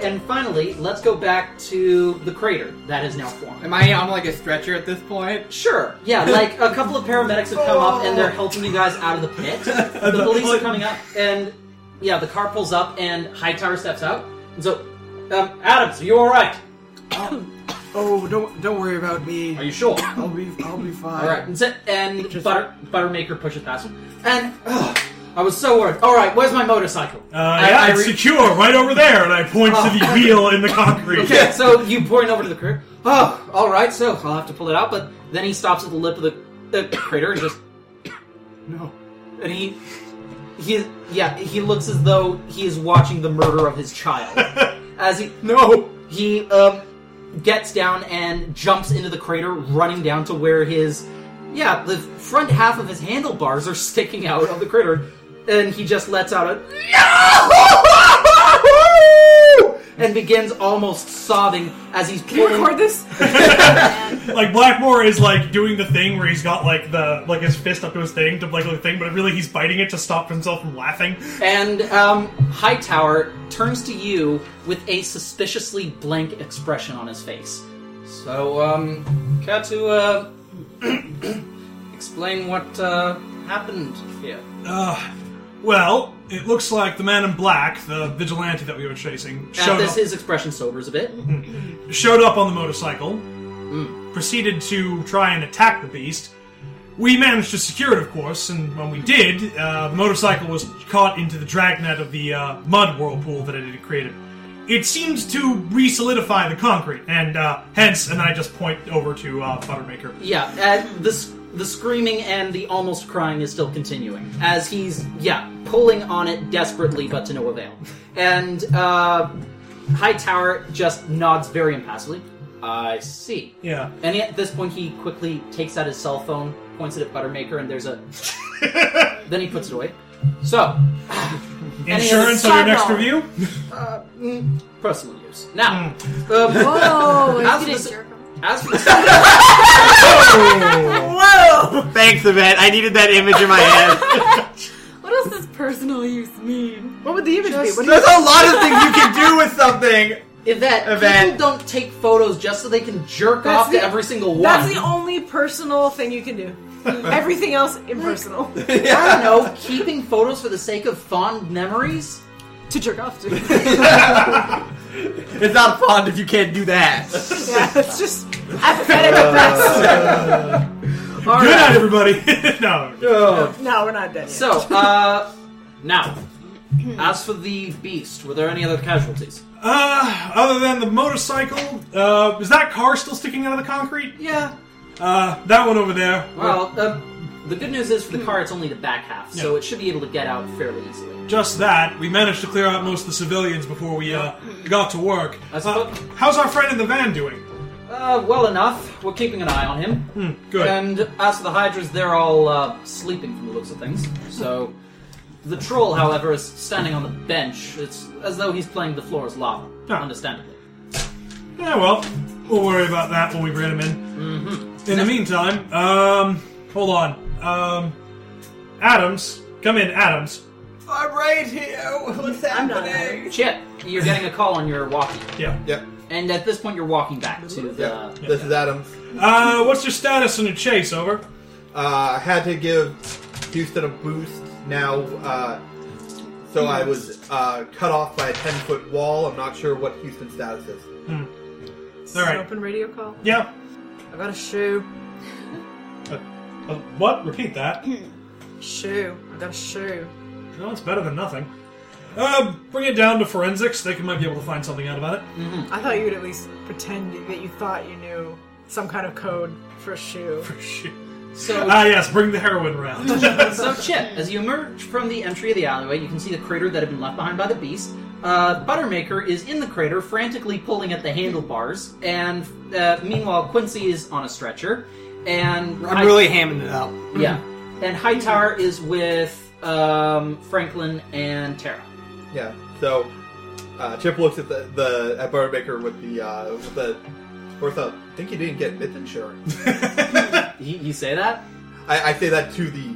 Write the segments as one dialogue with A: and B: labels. A: and finally, let's go back to the crater that is now formed.
B: Am I on like a stretcher at this point?
A: Sure. Yeah, like a couple of paramedics have come up and they're helping you guys out of the pit. The police are coming up, and yeah, the car pulls up and Hightower steps out. And so, um, Adams, are you all right?
C: Oh, don't don't worry about me.
A: Are you sure?
C: I'll be I'll be fine.
A: All right. And, so, and Butter Buttermaker pushes past him. And ugh, I was so worried. All right, where's my motorcycle?
D: Uh, yeah,
A: I
D: it's
A: re- Oh.
D: secure right over there, and I point to the wheel in the concrete.
A: Okay, so you point over to the crater. Oh, all right. So I'll have to pull it out. But then he stops at the lip of the, the crater and just
C: No.
A: and he he yeah he looks as though he is watching the murder of his child as he no he um gets down and jumps into the crater running down to where his yeah the front half of his handlebars are sticking out of the crater and he just lets out a no and begins almost sobbing as he's pulling
E: Record this.
D: Like Blackmore is like doing the thing where he's got like the like his fist up to his thing to like the thing, but really he's biting it to stop himself from laughing.
A: And um, Hightower turns to you with a suspiciously blank expression on his face. So, um, care to uh, explain what uh, happened here?
D: Uh, well, it looks like the man in black, the vigilante that we were chasing,
A: At
D: showed
A: this,
D: up,
A: his expression sobers a bit.
D: showed up on the motorcycle, proceeded to try and attack the beast. We managed to secure it, of course, and when we did, uh, the motorcycle was caught into the dragnet of the uh, mud whirlpool that it had created. It seemed to re solidify the concrete, and uh, hence, and I just point over to uh, Buttermaker.
A: Yeah, and this the screaming and the almost crying is still continuing as he's yeah pulling on it desperately but to no avail. And uh, Hightower just nods very impassively. I see.
D: Yeah.
A: And at this point, he quickly takes out his cell phone, points it at Buttermaker, and there's a. then he puts it away. So,
D: Insurance on
E: Stop
D: your next
E: now.
D: review?
A: mm, personal use. Now, um,
E: Whoa!
A: As the-
E: you didn't jerk him.
A: as for the,
F: Whoa! Thanks, Yvette. I needed that image in my head.
E: What does this personal use mean?
C: What would the image be? What do
F: There's a lot of things you can do with something.
A: Yvette,
F: Yvette.
A: people don't take photos just so they can jerk
G: That's
A: off
G: the-
A: to every single one.
G: That's the only personal thing you can do. Everything else impersonal.
A: I don't know, keeping photos for the sake of fond memories?
G: to jerk off to.
F: It's not fun if you can't do that.
G: Yeah, it's just apathetic at best.
D: Good night, everybody! no.
G: No, we're not dead yet.
A: So, uh, now, as for the beast, were there any other casualties?
D: Uh, other than the motorcycle, uh, is that car still sticking out of the concrete?
A: Yeah.
D: Uh, that one over there.
A: Well, uh, Hmm. the good news is for the car, it's only the back half, so
D: Yeah.
A: it should be able to get out fairly easily.
D: Just that, we managed to clear out most of the civilians before we uh, got to work.
A: I
D: Uh,
A: suppose-
D: how's our friend in the van doing? Hmm,
A: Uh, well enough. We're keeping an eye on him.
D: Good.
A: And as for the Hydras, they're all uh, sleeping from the looks of things. So, the troll, however, is standing on the bench. It's as though he's playing the floor as lava.
D: Ah.
A: Understandably.
D: yeah, well, we'll worry about that when we bring him in. In the meantime, um, hold on. Um, Adams, come in, Adams.
F: I'm right here. What's happening?
A: Chip, you're getting a call on your walkie,
D: Yeah.
H: Yep.
A: and at this point, you're walking back to the.
H: Yep. This is Adams.
D: Uh, what's your status on your chase? Over.
H: Uh, I had to give Houston a boost now. Uh, so I was uh, cut off by a 10 foot wall. I'm not sure what Houston's status is.
D: All right.
G: Open radio call.
D: Yeah.
G: I got a shoe.
D: Uh, what? Repeat that.
G: Shoe. I got a shoe.
D: No, it's better than nothing. Uh, bring it down to forensics. They can, might be able to find something out about it.
G: I thought you would at least pretend that you thought you knew some kind of code for a shoe.
D: Shit.
A: So,
D: Ah, yes, bring the heroin round.
A: so Chip, as you emerge from the entry of the alleyway, you can see the crater that had been left behind by the beast. Uh, Buttermaker is in the crater, frantically pulling at the handlebars, and uh, meanwhile Quincy is on a stretcher, and
F: I'm really hamming it up.
A: yeah, and Hightower is with um, Franklin and Tara.
H: Yeah. So uh, Chip looks at the, the at Buttermaker with the uh, with the with the. I think you didn't get myth insurance.
A: You, you say that?
H: I, I say that to the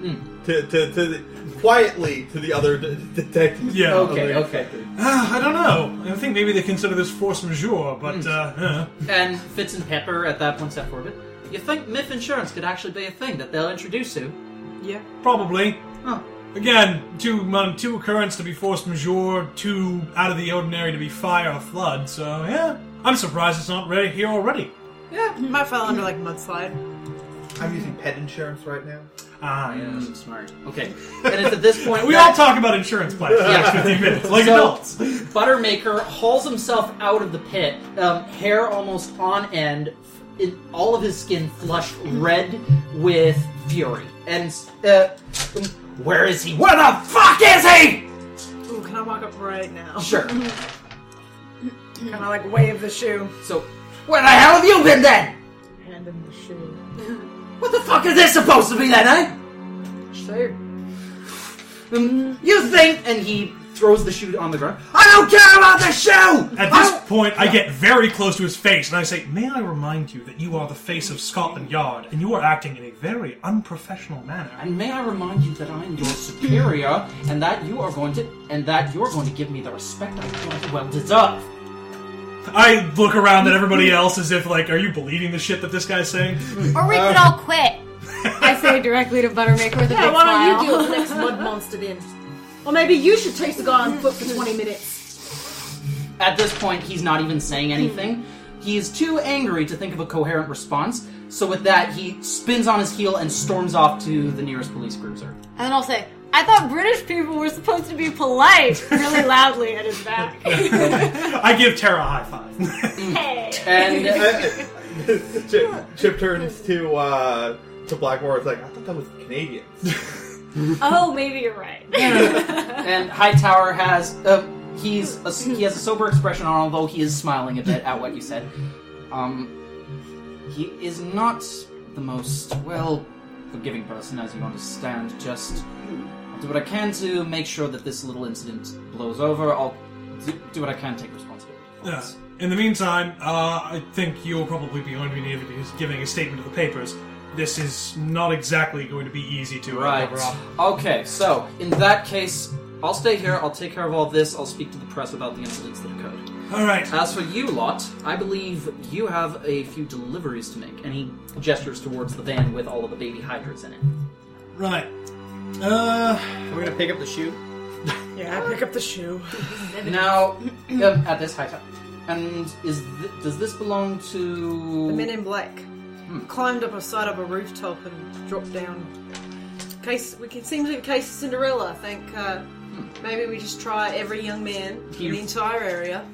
F: Mm.
H: to, to, to the, quietly to the other de- detectives.
D: Yeah.
A: Okay,
H: Other
A: okay.
H: detectives.
D: Ah, I don't know. I think maybe they consider this force majeure, but uh, uh,
A: And Fitz and Pepper at that point step forward. You think MIF insurance could actually be a thing that they'll introduce to?
G: Yeah.
D: probably.
A: Huh.
D: Again, two mon- two occurrence to be force majeure, two out of the ordinary to be fire or flood. So yeah, I'm surprised it's not ready here already.
G: Yeah. Might fall under like mudslide.
H: I'm using pet insurance right now.
D: Ah, yeah.
A: Mm, smart. Okay. And it's at this point
D: We all
A: that
D: talk about insurance plans for
A: Yeah.
D: 15 minutes, like
A: So-
D: adults.
A: Buttermaker hauls himself out of the pit, um, hair almost on end, f- in all of his skin flushed red with fury. And uh, where is he? Where the fuck is he?
G: Ooh, can I walk up right now?
A: Sure.
G: Can I like wave the shoe?
A: So where the hell have you been then?
E: Hand him the shoe.
A: What the fuck is this supposed to be then, eh?
E: Sure.
A: Um, you think? And he throws the shoe on the ground. I don't care about the shoe.
D: At
A: I
D: this
A: don't-
D: point, I get very close to his face and I say, May I remind you that you are the face of Scotland Yard and you are acting in a very unprofessional manner.
A: And may I remind you that I am your superior, and that you are going to, and that you are going to give me the respect I quite well deserve.
D: I look around at everybody else as if, like, are you believing the shit that this guy's saying?
I: Or we could all quit.
E: I say directly to Buttermaker with a
I: Yeah,
E: big
I: why
E: smile.
I: don't you do it next mud monster then? Or maybe you should chase the guy on foot for 20 minutes.
A: At this point, he's not even saying anything. He is too angry to think of a coherent response. So with that, he spins on his heel and storms off to the nearest police cruiser.
E: And then I'll say, I thought British people were supposed to be polite really loudly at his back.
D: I give Tara a high five.
A: And
H: Chip, Chip turns to uh, to Blackmore. It's like I thought that was Canadian.
E: oh, maybe you're right.
A: and Hightower has uh, he's a, he has a sober expression on, although he is smiling a bit at what you said. Um, he is not the most well forgiving person, as you understand. Just I'll do what I can to make sure that this little incident blows over. I'll do, do what I can, to take responsibility. for
D: Yeah.
A: this.
D: In the meantime, uh, I think you'll probably be going to be needed because giving a statement to the papers. This is not exactly going to be easy to uh,
A: Right.
D: cover up.
A: Okay, so in that case, I'll stay here, I'll take care of all this, I'll speak to the press about the incidents that occurred.
D: All right.
A: As for you lot, I believe you have a few deliveries to make. And he gestures towards the van with all of the baby hydras in it.
D: Right. Uh,
F: We're gonna pick up the shoe.
G: Yeah, I pick up the shoe.
A: Now, um, at this high time. And is th- does this belong to.
G: The men in black climbed up a side of a rooftop and dropped down. Case we can seem to be case of Cinderella. I think uh, maybe we just try every young man in
A: You-
G: the entire area,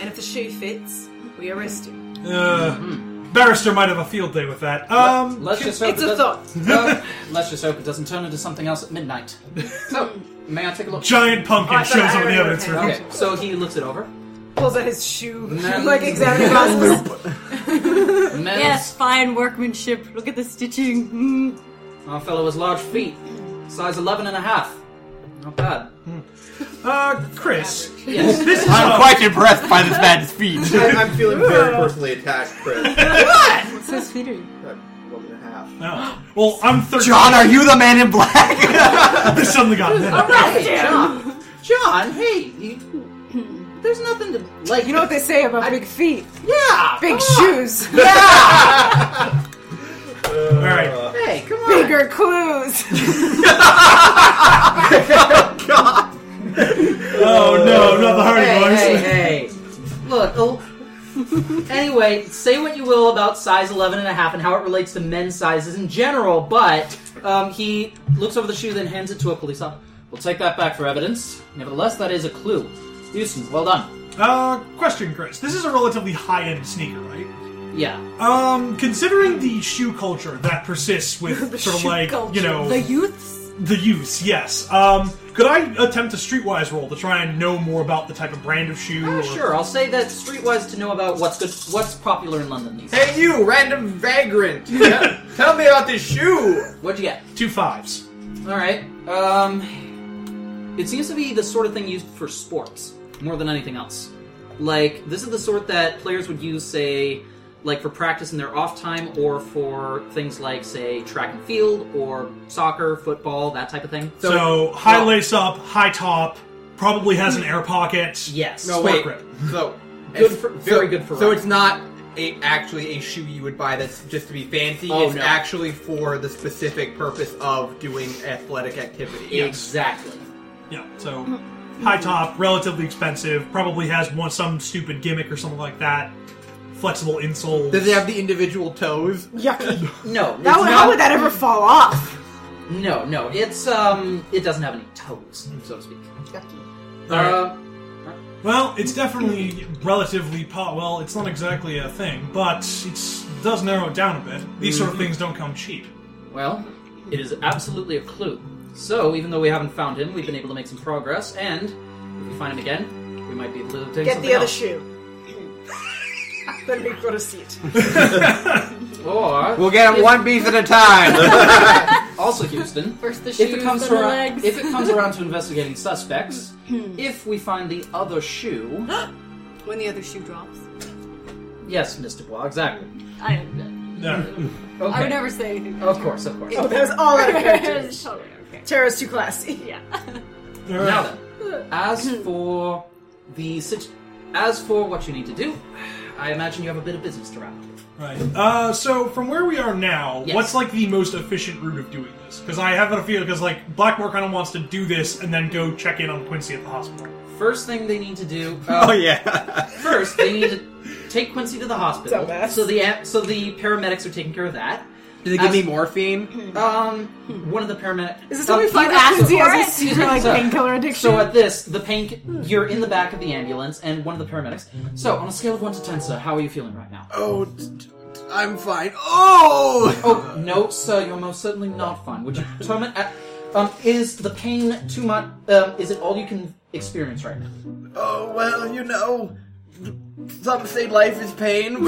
G: and if the shoe fits, we arrest him.
D: uh, Barrister might have a field day with that. Um,
A: Let's just hope
G: It's
A: it
G: a
A: doesn't-
G: thought.
A: Uh, let's just hope it doesn't turn into something else at midnight. So, may I take a look?
D: giant pumpkin
G: Oh, I thought
D: shows
G: I
D: up in the
G: already
D: evidence
G: had
D: room.
A: Okay, so he looks it over.
G: Pulls out his shoe,
A: Man-
G: like examining glasses.
A: Menace.
E: yes, fine workmanship. Look at the stitching. Mm.
A: Our fellow has large feet, size 11 and a half. Not bad.
D: Uh, Chris,
A: Yes.
D: this is
F: I'm
D: a-
F: quite impressed by this man's feet.
H: I, I'm feeling very personally attacked, Chris.
E: What's so sweet? are you?
H: I'm One and a half.
D: No. Well, I'm 13.
F: John, are you the man in black?
D: I suddenly got that.
A: Hey, John. John, hey, you- there's nothing to like.
G: you know what they say about big feet,
A: yeah, come
G: big
A: on.
G: shoes,
D: All right.
A: Hey, come on.
G: bigger clues.
D: Oh no, not the Hardy
A: Hey,
D: Boys.
A: hey, hey. Look. Oh, anyway, say what you will about size 11 and a half and how it relates to men's sizes in general, but um, he looks over the shoe, then hands it to a police officer. We'll take that back for evidence. Nevertheless, that is a clue. Houston, well done.
D: Uh, question, Chris. This is a relatively high-end sneaker, right?
A: Yeah.
D: Um, considering the shoe culture that persists with sort of
G: shoe
D: like
G: culture.
D: you know
E: The youths?
D: the use, yes. Um, could I attempt a streetwise roll to try and know more about the type of brand of shoe?
A: Uh,
D: or-
A: sure, I'll say that streetwise to know about what's good, what's popular in London these days.
F: hey, you random vagrant! Tell me about this shoe.
A: What'd you get?
D: Two fives.
A: All right. Um, it seems to be the sort of thing used for sports more than anything else. Like this is the sort that players would use, say, like for practice in their off time or for things like, say, track and field or soccer, football, that type of thing.
D: So, high lace up, high top, probably has an air pocket.
A: Yes.
B: No,
D: Sport
B: wait.
D: grip.
B: So
A: Good
B: it's-
A: for-
B: so-
A: very good for
B: So
A: running.
B: it's not a, actually a shoe you would buy that's just to be fancy.
A: Oh,
B: it's
A: no.
B: actually for the specific purpose of doing athletic activity.
A: Exactly.
D: Yeah, so high top, relatively expensive, probably has one some stupid gimmick or something like that. Flexible insoles.
B: Does it have the individual toes?
G: Yucky.
A: No.
G: That
A: it's
G: would,
A: not-
G: how would that ever fall off?
A: No, no. It's um. It doesn't have any toes, so to speak.
D: All right.
A: Uh,
D: Well, it's definitely relatively po- well. It's not exactly a thing, but it's does narrow it down a bit. These sort of things don't come cheap.
A: Well, it is absolutely a clue. So, even though we haven't found him, we've been able to make some progress, and if we find him again, we might be able to take
G: Get
A: something
G: the other
A: else.
G: shoe. then we've got a seat.
A: Or
F: We'll get him one piece at a time.
A: also, Houston,
E: First the shoes,
A: if it comes
E: then the
A: around,
E: legs.
A: if it comes around to investigating suspects, if we find the other shoe,
E: when the other shoe drops,
A: yes, Mister Bois, exactly.
E: I am.
D: Yeah.
E: I would
A: Okay,
E: never say anything.
A: of course, of course.
G: Oh, that was all out of character.
E: It's totally okay.
G: Tara's too classy.
E: Yeah.
A: Now then, as for the sit- as for what you need to do, I imagine you have a bit of business to wrap. up.
D: Right. Uh, so from where we are now,
A: Yes.
D: what's like the most efficient route of doing this? Because I have a feeling because like Blackmore kind of wants to do this and then go check in on Quincy at the hospital.
A: First thing they need to do. uh,
F: oh yeah.
A: First, they need to take Quincy to the hospital.
G: Dumbass.
A: So the am- so the paramedics are taking care of that.
F: Do they give me morphine?
A: Um, one of the paramedics.
G: Is this something
A: um,
G: fun?
E: you asked
G: He has a
E: for it.
G: seizure like
A: So-
G: painkiller addiction.
A: So at this, the pain. You're in the back of the ambulance, and one of the paramedics. So on a scale of one to ten, sir, how are you feeling right now?
F: Uh,
C: Oh, t- t- I'm fine. Oh!
A: Oh no, sir, you're most certainly not fine. Would you determine? At, um, is the pain too much? Um, is it all you can experience right now?
C: Oh, well, you know. Some say life is pain.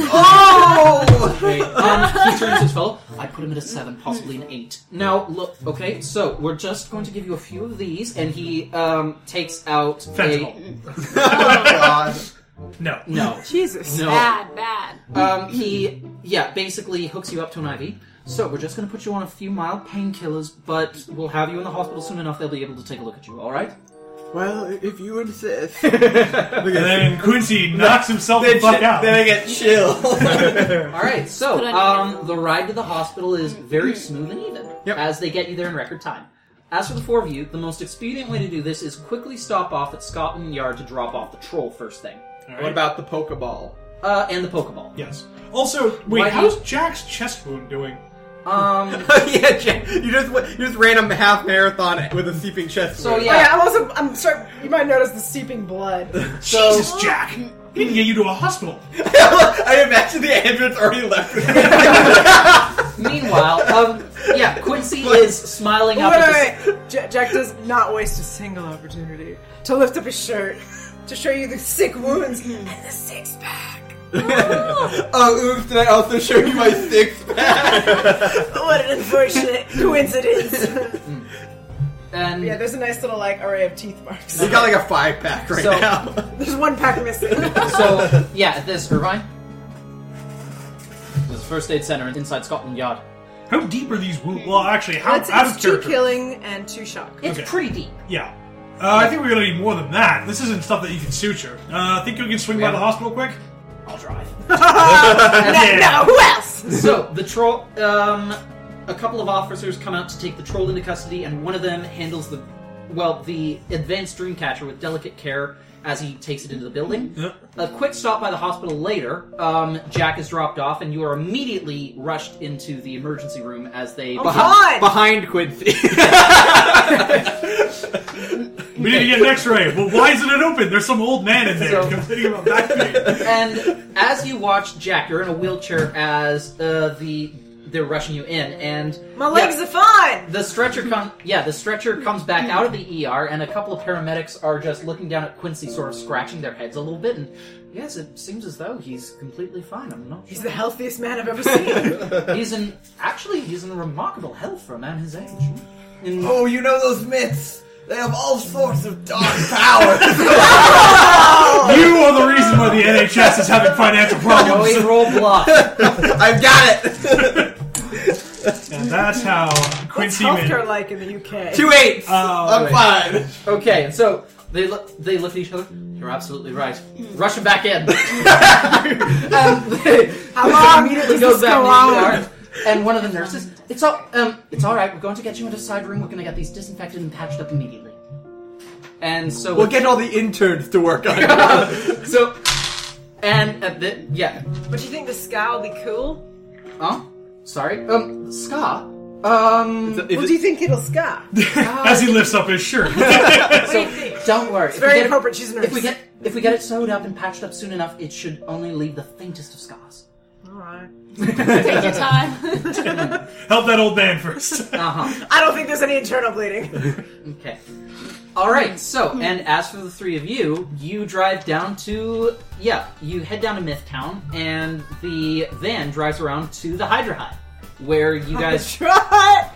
C: Oh!
A: Wait, um, he turns his fellow. I put him at a seven, possibly an eight. Now look, okay. So we're just going to give you a few of these, and he um takes out
D: Fentanyl.
F: God.
D: No.
A: A, no,
G: Jesus.
A: no.
E: Bad, bad.
A: Um, he yeah, basically hooks you up to an IV. So we're just going to put you on a few mild painkillers, but we'll have you in the hospital soon enough. They'll be able to take a look at you. All right?
C: well, if you insist.
D: And then Quincy knocks himself the
F: Then
D: fuck
F: shit-
D: out.
F: then I get chill.
A: All right. So
E: Put on your Mm-hmm.
A: um, the ride to the hospital is very smooth and even as they get you there in record time. As for the four of you, the most expedient way to do this is quickly stop off at Scotland Yard to drop off the troll first thing.
D: All
B: What
D: right.
B: about the Pokeball?
A: Uh, and the Pokeball.
D: Yes. Also, wait,
A: Why do
D: how's
A: you-
D: Jack's chest wound doing?
A: Um,
H: Oh,
B: yeah, Jack, you just went- you just ran a half marathon with a seeping chest.
A: so
B: wound.
G: Oh, yeah,
A: yeah,
G: I'm also. I'm sorry. You might notice the seeping blood.
D: Jesus, Jack! He need to get you to a hospital.
F: I imagine the ambulance already left.
A: meanwhile, um, yeah, Quincy is smiling
G: wait,
A: up at this.
G: wait, wait. Ja- Jack does not waste a single opportunity to lift up his shirt to show you the sick wounds and the six pack.
F: oh, oops! Did I also show you my six pack?
G: What an unfortunate coincidence.
A: And
G: yeah, there's a nice little like array of teeth marks.
F: you got like a five pack right
A: So-
F: now.
G: There's one pack missing.
A: so, yeah, at this, Irvine. There's a first aid center inside Scotland Yard.
D: How deep are these wounds? Well, actually, how
G: That's
D: out of
G: it's two
D: character?
G: killing and two shock.
A: It's
D: Okay.
A: pretty deep.
D: Yeah. Uh, I think we're gonna need more than that. This isn't stuff that you can suture. Uh, I think you can swing by the hospital quick.
A: I'll drive.
D: yeah.
G: No, who else?
A: so the troll um a couple of officers come out to take the troll into custody and one of them handles the well the advanced dream catcher with delicate care as he takes it into the building
D: Yep.
A: a quick stop by the hospital later um, jack is dropped off and you are immediately rushed into the emergency room as they
G: Oh, God!
F: Behind Quincy.
D: We need to get an X-ray. Well, why isn't it open? There's some old man in there
A: So-
D: complaining about back pain.
A: and as you watch jack you're in a wheelchair as uh, the they're rushing you in and
G: My legs are fine.
A: The stretcher comes. Yeah, the stretcher comes back out of the ER, and a couple of paramedics are just looking down at Quincy, sort of scratching their heads a little bit. And yes, it seems as though he's completely fine. I'm not.
G: He's
A: Sure.
G: the healthiest man I've ever seen.
A: He's in. Actually, he's in remarkable health for a man his age. In-
C: Oh, you know those myths. They have all sorts of dark powers.
A: Oh.
D: You are the reason why the NHS is having financial
A: Always
D: problems.
A: roll bluff.
C: I've got it.
D: and that's how
G: What's
D: Quincy
G: healthcare
D: Man.
G: like in the UK?
C: Two eights.
D: Uh,
C: I'm fine.
A: Okay, so they look. They look at each other. You're absolutely right. Rush him back in. Um, and they,
G: How
A: they
G: long
A: immediately
G: does
A: goes
G: this
A: back
G: go
A: in
G: on?
A: the car, And one of the nurses. It's all. Um. It's all right. We're going to get you into a side room. We're going to get these disinfected and patched up immediately. And so
B: We'll get all the interns to work on it.
A: so. And at the yeah.
G: But you think the scar will be cool?
A: Huh? Sorry. Um. Ska. Um.
B: Is
G: What
B: it-
G: do you think it'll scar?
A: Oh,
D: As he lifts up his shirt.
G: What do you think?
A: Don't worry. It's
G: Very appropriate. She's a nurse.
A: If we get if we get it sewed up and patched up soon enough, it should only leave the faintest of scars.
G: All right.
E: Take your time.
D: Help that old man first.
A: Uh huh.
G: I don't think there's any internal bleeding.
A: Okay. All right. So, and as for the three of you, you drive down to yeah, you head down to Myth Town, and the van drives around to the Hydra Hut, where
G: Oh,
A: you guys
G: Try it.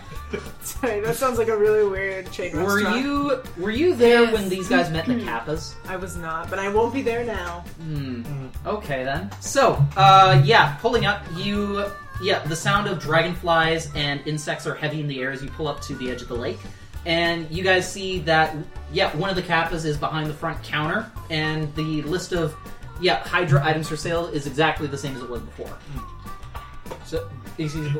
G: Sorry, that sounds like a really weird chain
A: were
G: restaurant.
A: you were you there
E: Yes.
A: when these guys met the Kappas?
G: I was not, but I won't be there now.
A: Hmm. Okay then. So, uh, yeah, pulling up, you, yeah, the sound of dragonflies and insects are heavy in the air as you pull up to the edge of the lake, and you guys see that, yeah, one of the kappas is behind the front counter, and the list of, yeah, Hydra items for sale is exactly the same as it was before. So, these these-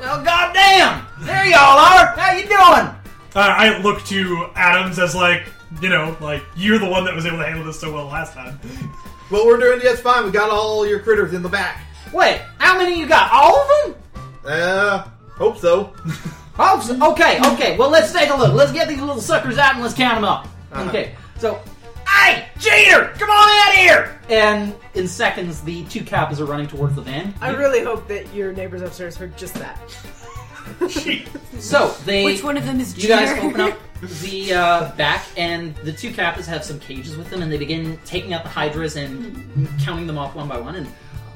A: well, goddamn, there y'all are. How you doing?
D: Uh, I look to Adams as like, you know, like you're the one that was able to handle this so well last time.
H: What we're doing yeah, it's fine. We got all your critters in the back.
A: Wait, how many you got? All of them?
H: Uh, hope so.
A: Oh, so- okay, okay. Well, let's take a look. Let's get these little suckers out and let's count them up.
H: Uh-huh.
A: Okay, so. Hey, Jeter, come on out here! And in seconds, the two kappas are running towards the van.
G: I really hope that your neighbors upstairs heard just that.
A: So they.
E: Which one of them is
A: You guys
E: Jeter?
A: open up the uh, back, and the two kappas have some cages with them, and they begin taking out the hydras and counting them off one by one. And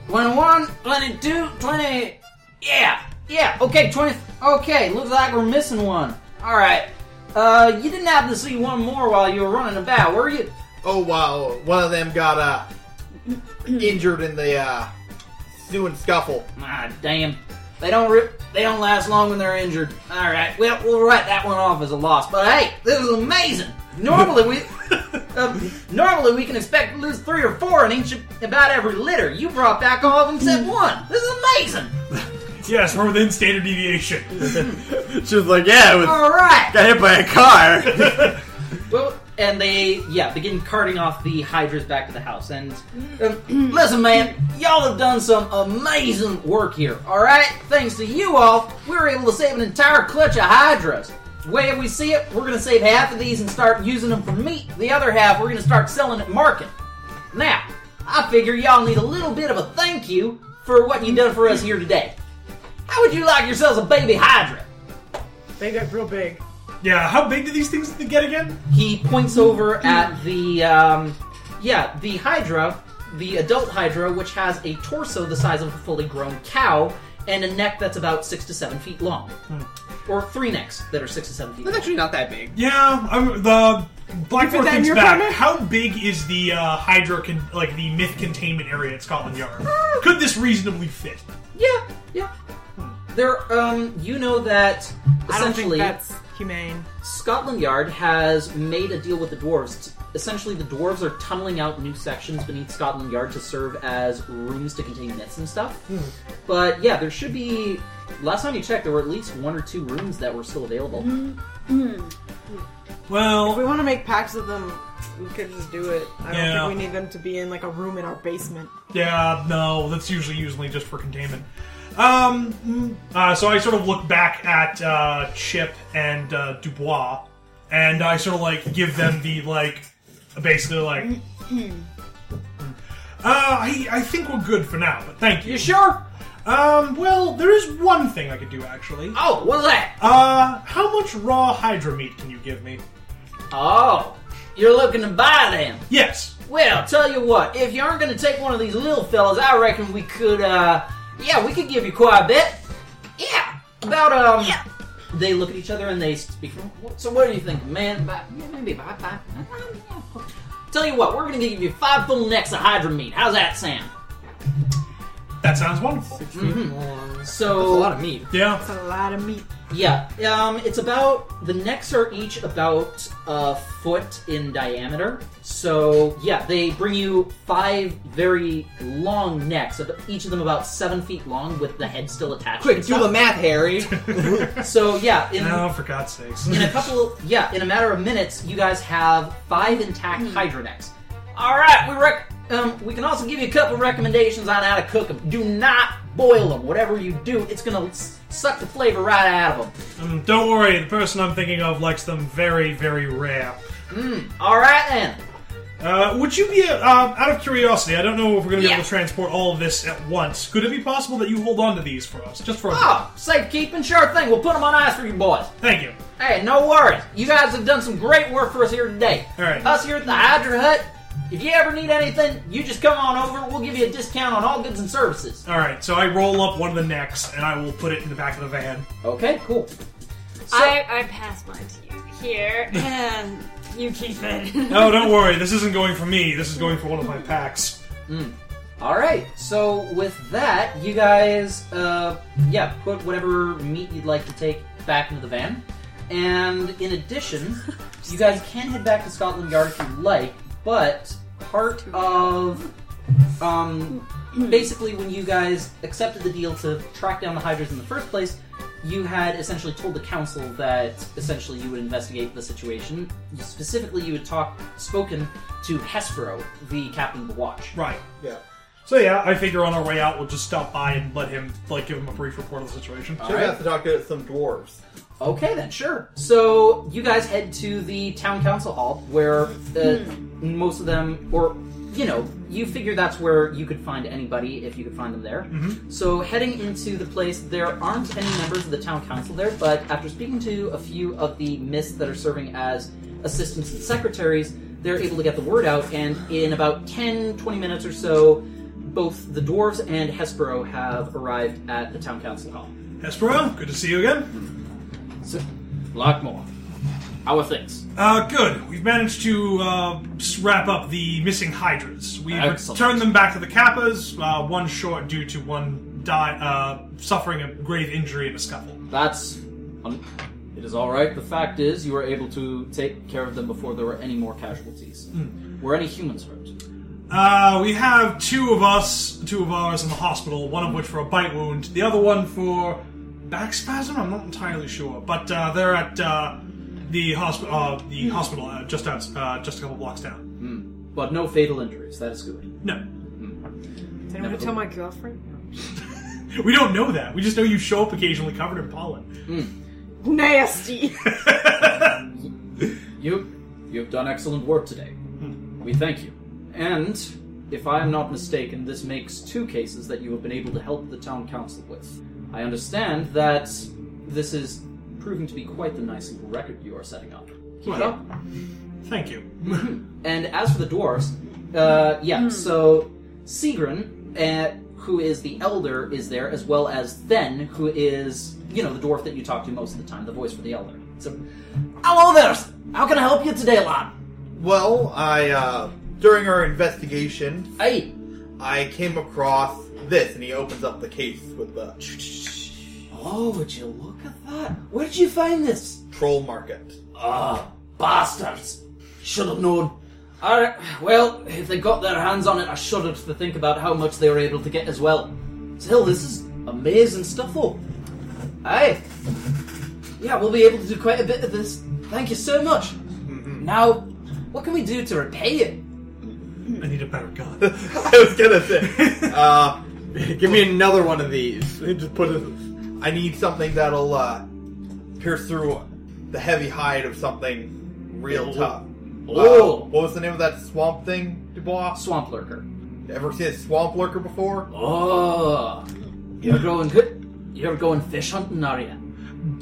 A: 21, 22, 20. Yeah, yeah, okay, 20. Okay, looks like we're missing one. All right. Uh, you didn't happen to see one more while you were running about, were you?
H: Oh wow, one of them got uh injured in the uh suing scuffle.
A: Ah, damn. They don't re- they don't last long when they're injured. All right, well we'll write that one off as a loss. But hey, this is amazing. Normally we um, normally we can expect to lose three or four in each about every litter. You brought back all of them except one. This is amazing.
D: Yes, we're within standard deviation.
B: She was like, yeah, it was
A: All right.
B: got hit by a car.
A: Well, and they yeah begin carting off the hydras back to the house. And um, listen, man, y'all have done some amazing work here. All right, thanks to you all, we were able to save an entire clutch of hydras. The Way we see it, we're gonna save half of these and start using them for meat. The other half, we're gonna start selling at market. Now, I figure y'all need a little bit of a thank you for what you done for us here today. How would you like yourselves a baby hydra?
G: They got real big.
D: Yeah, how big do these things get again?
A: he points over at the um, yeah the hydra the adult hydra which has a torso the size of a fully grown cow and a neck that's about six to seven feet long
G: Hmm.
A: or three necks that are six to seven feet
B: It's
A: long.
B: actually not that big.
D: Yeah, I'm, the Black
G: put
D: Dwarf
G: that in
D: thing's
G: your
D: back.
G: permit?
D: How big is the uh, Hydra, con- like the myth containment area at Scotland Yard?
G: Ah.
D: Could this reasonably fit?
A: yeah yeah there um you know that
G: Hmm. I don't think
A: essentially
G: that's humane.
A: Scotland Yard has made a deal with the dwarves. T- Essentially, the dwarves are tunneling out new sections beneath Scotland Yard to serve as rooms to contain myths and stuff. But yeah, there should be. Last time you checked, there were at least one or two rooms that were still available.
G: If we
D: Well,
G: want to make packs of them, we could just do it. I don't
D: Yeah.
G: think we need them to be in like a room in our basement.
D: yeah, no, that's usually usually just for containment. Um, mm, uh, so I sort of look back at uh, Chip and uh, Dubois, and I sort of like give them the like, basically like. Uh, I, I think we're good for now, but thank you.
A: You sure?
D: Um, well, there is one thing I could do actually.
A: Oh, what's that?
D: Uh, how much raw hydra meat can you give me?
A: Oh, you're looking to buy them.
D: Yes.
A: Well, tell you what, if you aren't going to take one of these little fellas, I reckon we could, uh, yeah, we could give you quite a bit. Yeah, about, um, they look at each other and they speak. So, what do you think, man? About, yeah, maybe about five. Tell you what, we're gonna give you five full necks of Hydra meat. How's that sound? Mm-hmm.
D: That sounds wonderful.
A: So
B: That's a lot of meat.
D: Yeah.
E: That's a lot of meat.
A: Yeah, um, it's about the necks are each about a foot in diameter. So yeah, they bring you five very long necks, of- each of them about seven feet long, with the head still attached.
B: Quick,
A: and
B: do the
A: stuff.
B: math, Harry.
A: So yeah, in,
D: No, for God's sakes.
A: in a couple, yeah, in a matter of minutes, you guys have five intact
B: Hmm.
A: Hydra necks. All right, we rec- um, we can also give you a couple recommendations on how to cook them. Do not boil them. Whatever you do, it's gonna s- suck the flavor right out of them.
D: Um, don't worry, the person I'm thinking of likes them very, very rare.
A: All right then.
D: Uh, would you be, uh, um, out of curiosity, I don't know if we're going to be
A: Yeah.
D: able to transport all of this at once. Could it be possible that you hold on to these for us? Just for a
A: Oh, safekeeping? Sure thing. We'll put them on ice for you boys.
D: bit? Thank you.
A: Hey, no worries. You guys have done some great work for us here today.
D: All right.
A: Us here at the Hydra Hut, if you ever need anything, you just come on over. We'll give you a discount on all goods and services.
D: Alright, so I roll up one of the necks and I will put it in the back of the van.
A: Okay, cool.
E: I, I pass mine to you here, and you keep it.
D: No, don't worry, this isn't going for me, this is going for one of my packs.
A: All right. So with that, you guys, uh, yeah, put whatever meat you'd like to take back into the van, and in addition, you guys can head back to Scotland Yard if you like. But part of, um, basically, when you guys accepted the deal to track down the Hydras in the first place. You had essentially told the council that essentially you would investigate the situation. Specifically, you had talked, spoken to Hespero, the captain of the watch.
D: Right.
H: Yeah.
D: So yeah, I figure on our way out we'll just stop by and let him, like, give him a brief report of the situation.
H: Should have asked the doctor at some dwarves.
A: Okay, then, sure. So you guys head to the town council hall where uh, most of them, or, you know, you figure that's where you could find anybody if you could find them there. So heading into the place, there aren't any members of the town council there, but after speaking to a few of the mists that are serving as assistants and secretaries, they're able to get the word out, and in about 10, 20 minutes or so, both the dwarves and Hespero have arrived at the town council hall.
D: Hespero, good to see you again.
A: Lockmore, how are things?
D: Uh, good. We've managed to uh, s- wrap up the missing hydras. We've
A: Excellent.
D: returned them back to the Kappas, uh, one short due to one die, uh, suffering a grave injury in a scuffle.
A: That's. Um, it is alright. The fact is, you were able to take care of them before there were any more casualties. Were any humans hurt?
D: Uh, we have two of us, two of ours in the hospital, one of which for a bite wound, the other one for back spasm? I'm not entirely sure. But uh, they're at uh, the, hosp- uh, the hospital uh, just, out, uh, just a couple blocks down.
A: But no fatal injuries. That is good.
D: No.
G: Did anyone tell my girlfriend?
D: We don't know that. We just know you show up occasionally covered in pollen.
G: Nasty.
A: Uh, You, you have done excellent work today. We thank you. And, if I am not mistaken, this makes two cases that you have been able to help the town council with. I understand that this is proving to be quite the nice little record you are setting up. Keep it
D: Well,
A: up.
D: Thank you.
A: And as for the dwarves, uh, yeah, so Sigrun, uh, who is the elder, is there, as well as Then, who is, you know, the dwarf that you talk to most of the time, the voice for the elder. So, hello there! How can I help you today, lad?
H: Well, I uh, during our investigation,
A: Hey!
H: I came across this, and he opens up the case with the
A: Oh, would you look at that? Where did you find this?
H: troll market.
A: Ah, bastards! Should have known. Alright, well, if they got their hands on it, I shuddered to think about how much they were able to get as well. Still, this is amazing stuff, though. Aye. Yeah, we'll be able to do quite a bit of this. Thank you so much. Now, what can we do to repay you?
D: I need a better gun.
H: I was gonna say, uh,
B: Give me another one of these. Just put it.
H: I need something that'll uh, pierce through the heavy hide of something real tough.
A: Oh.
H: Uh, what was the name of that swamp thing, Dubois?
A: Swamp Lurker.
H: Ever seen a swamp lurker before?
A: Oh, you're going good. You're going fish hunting, are you?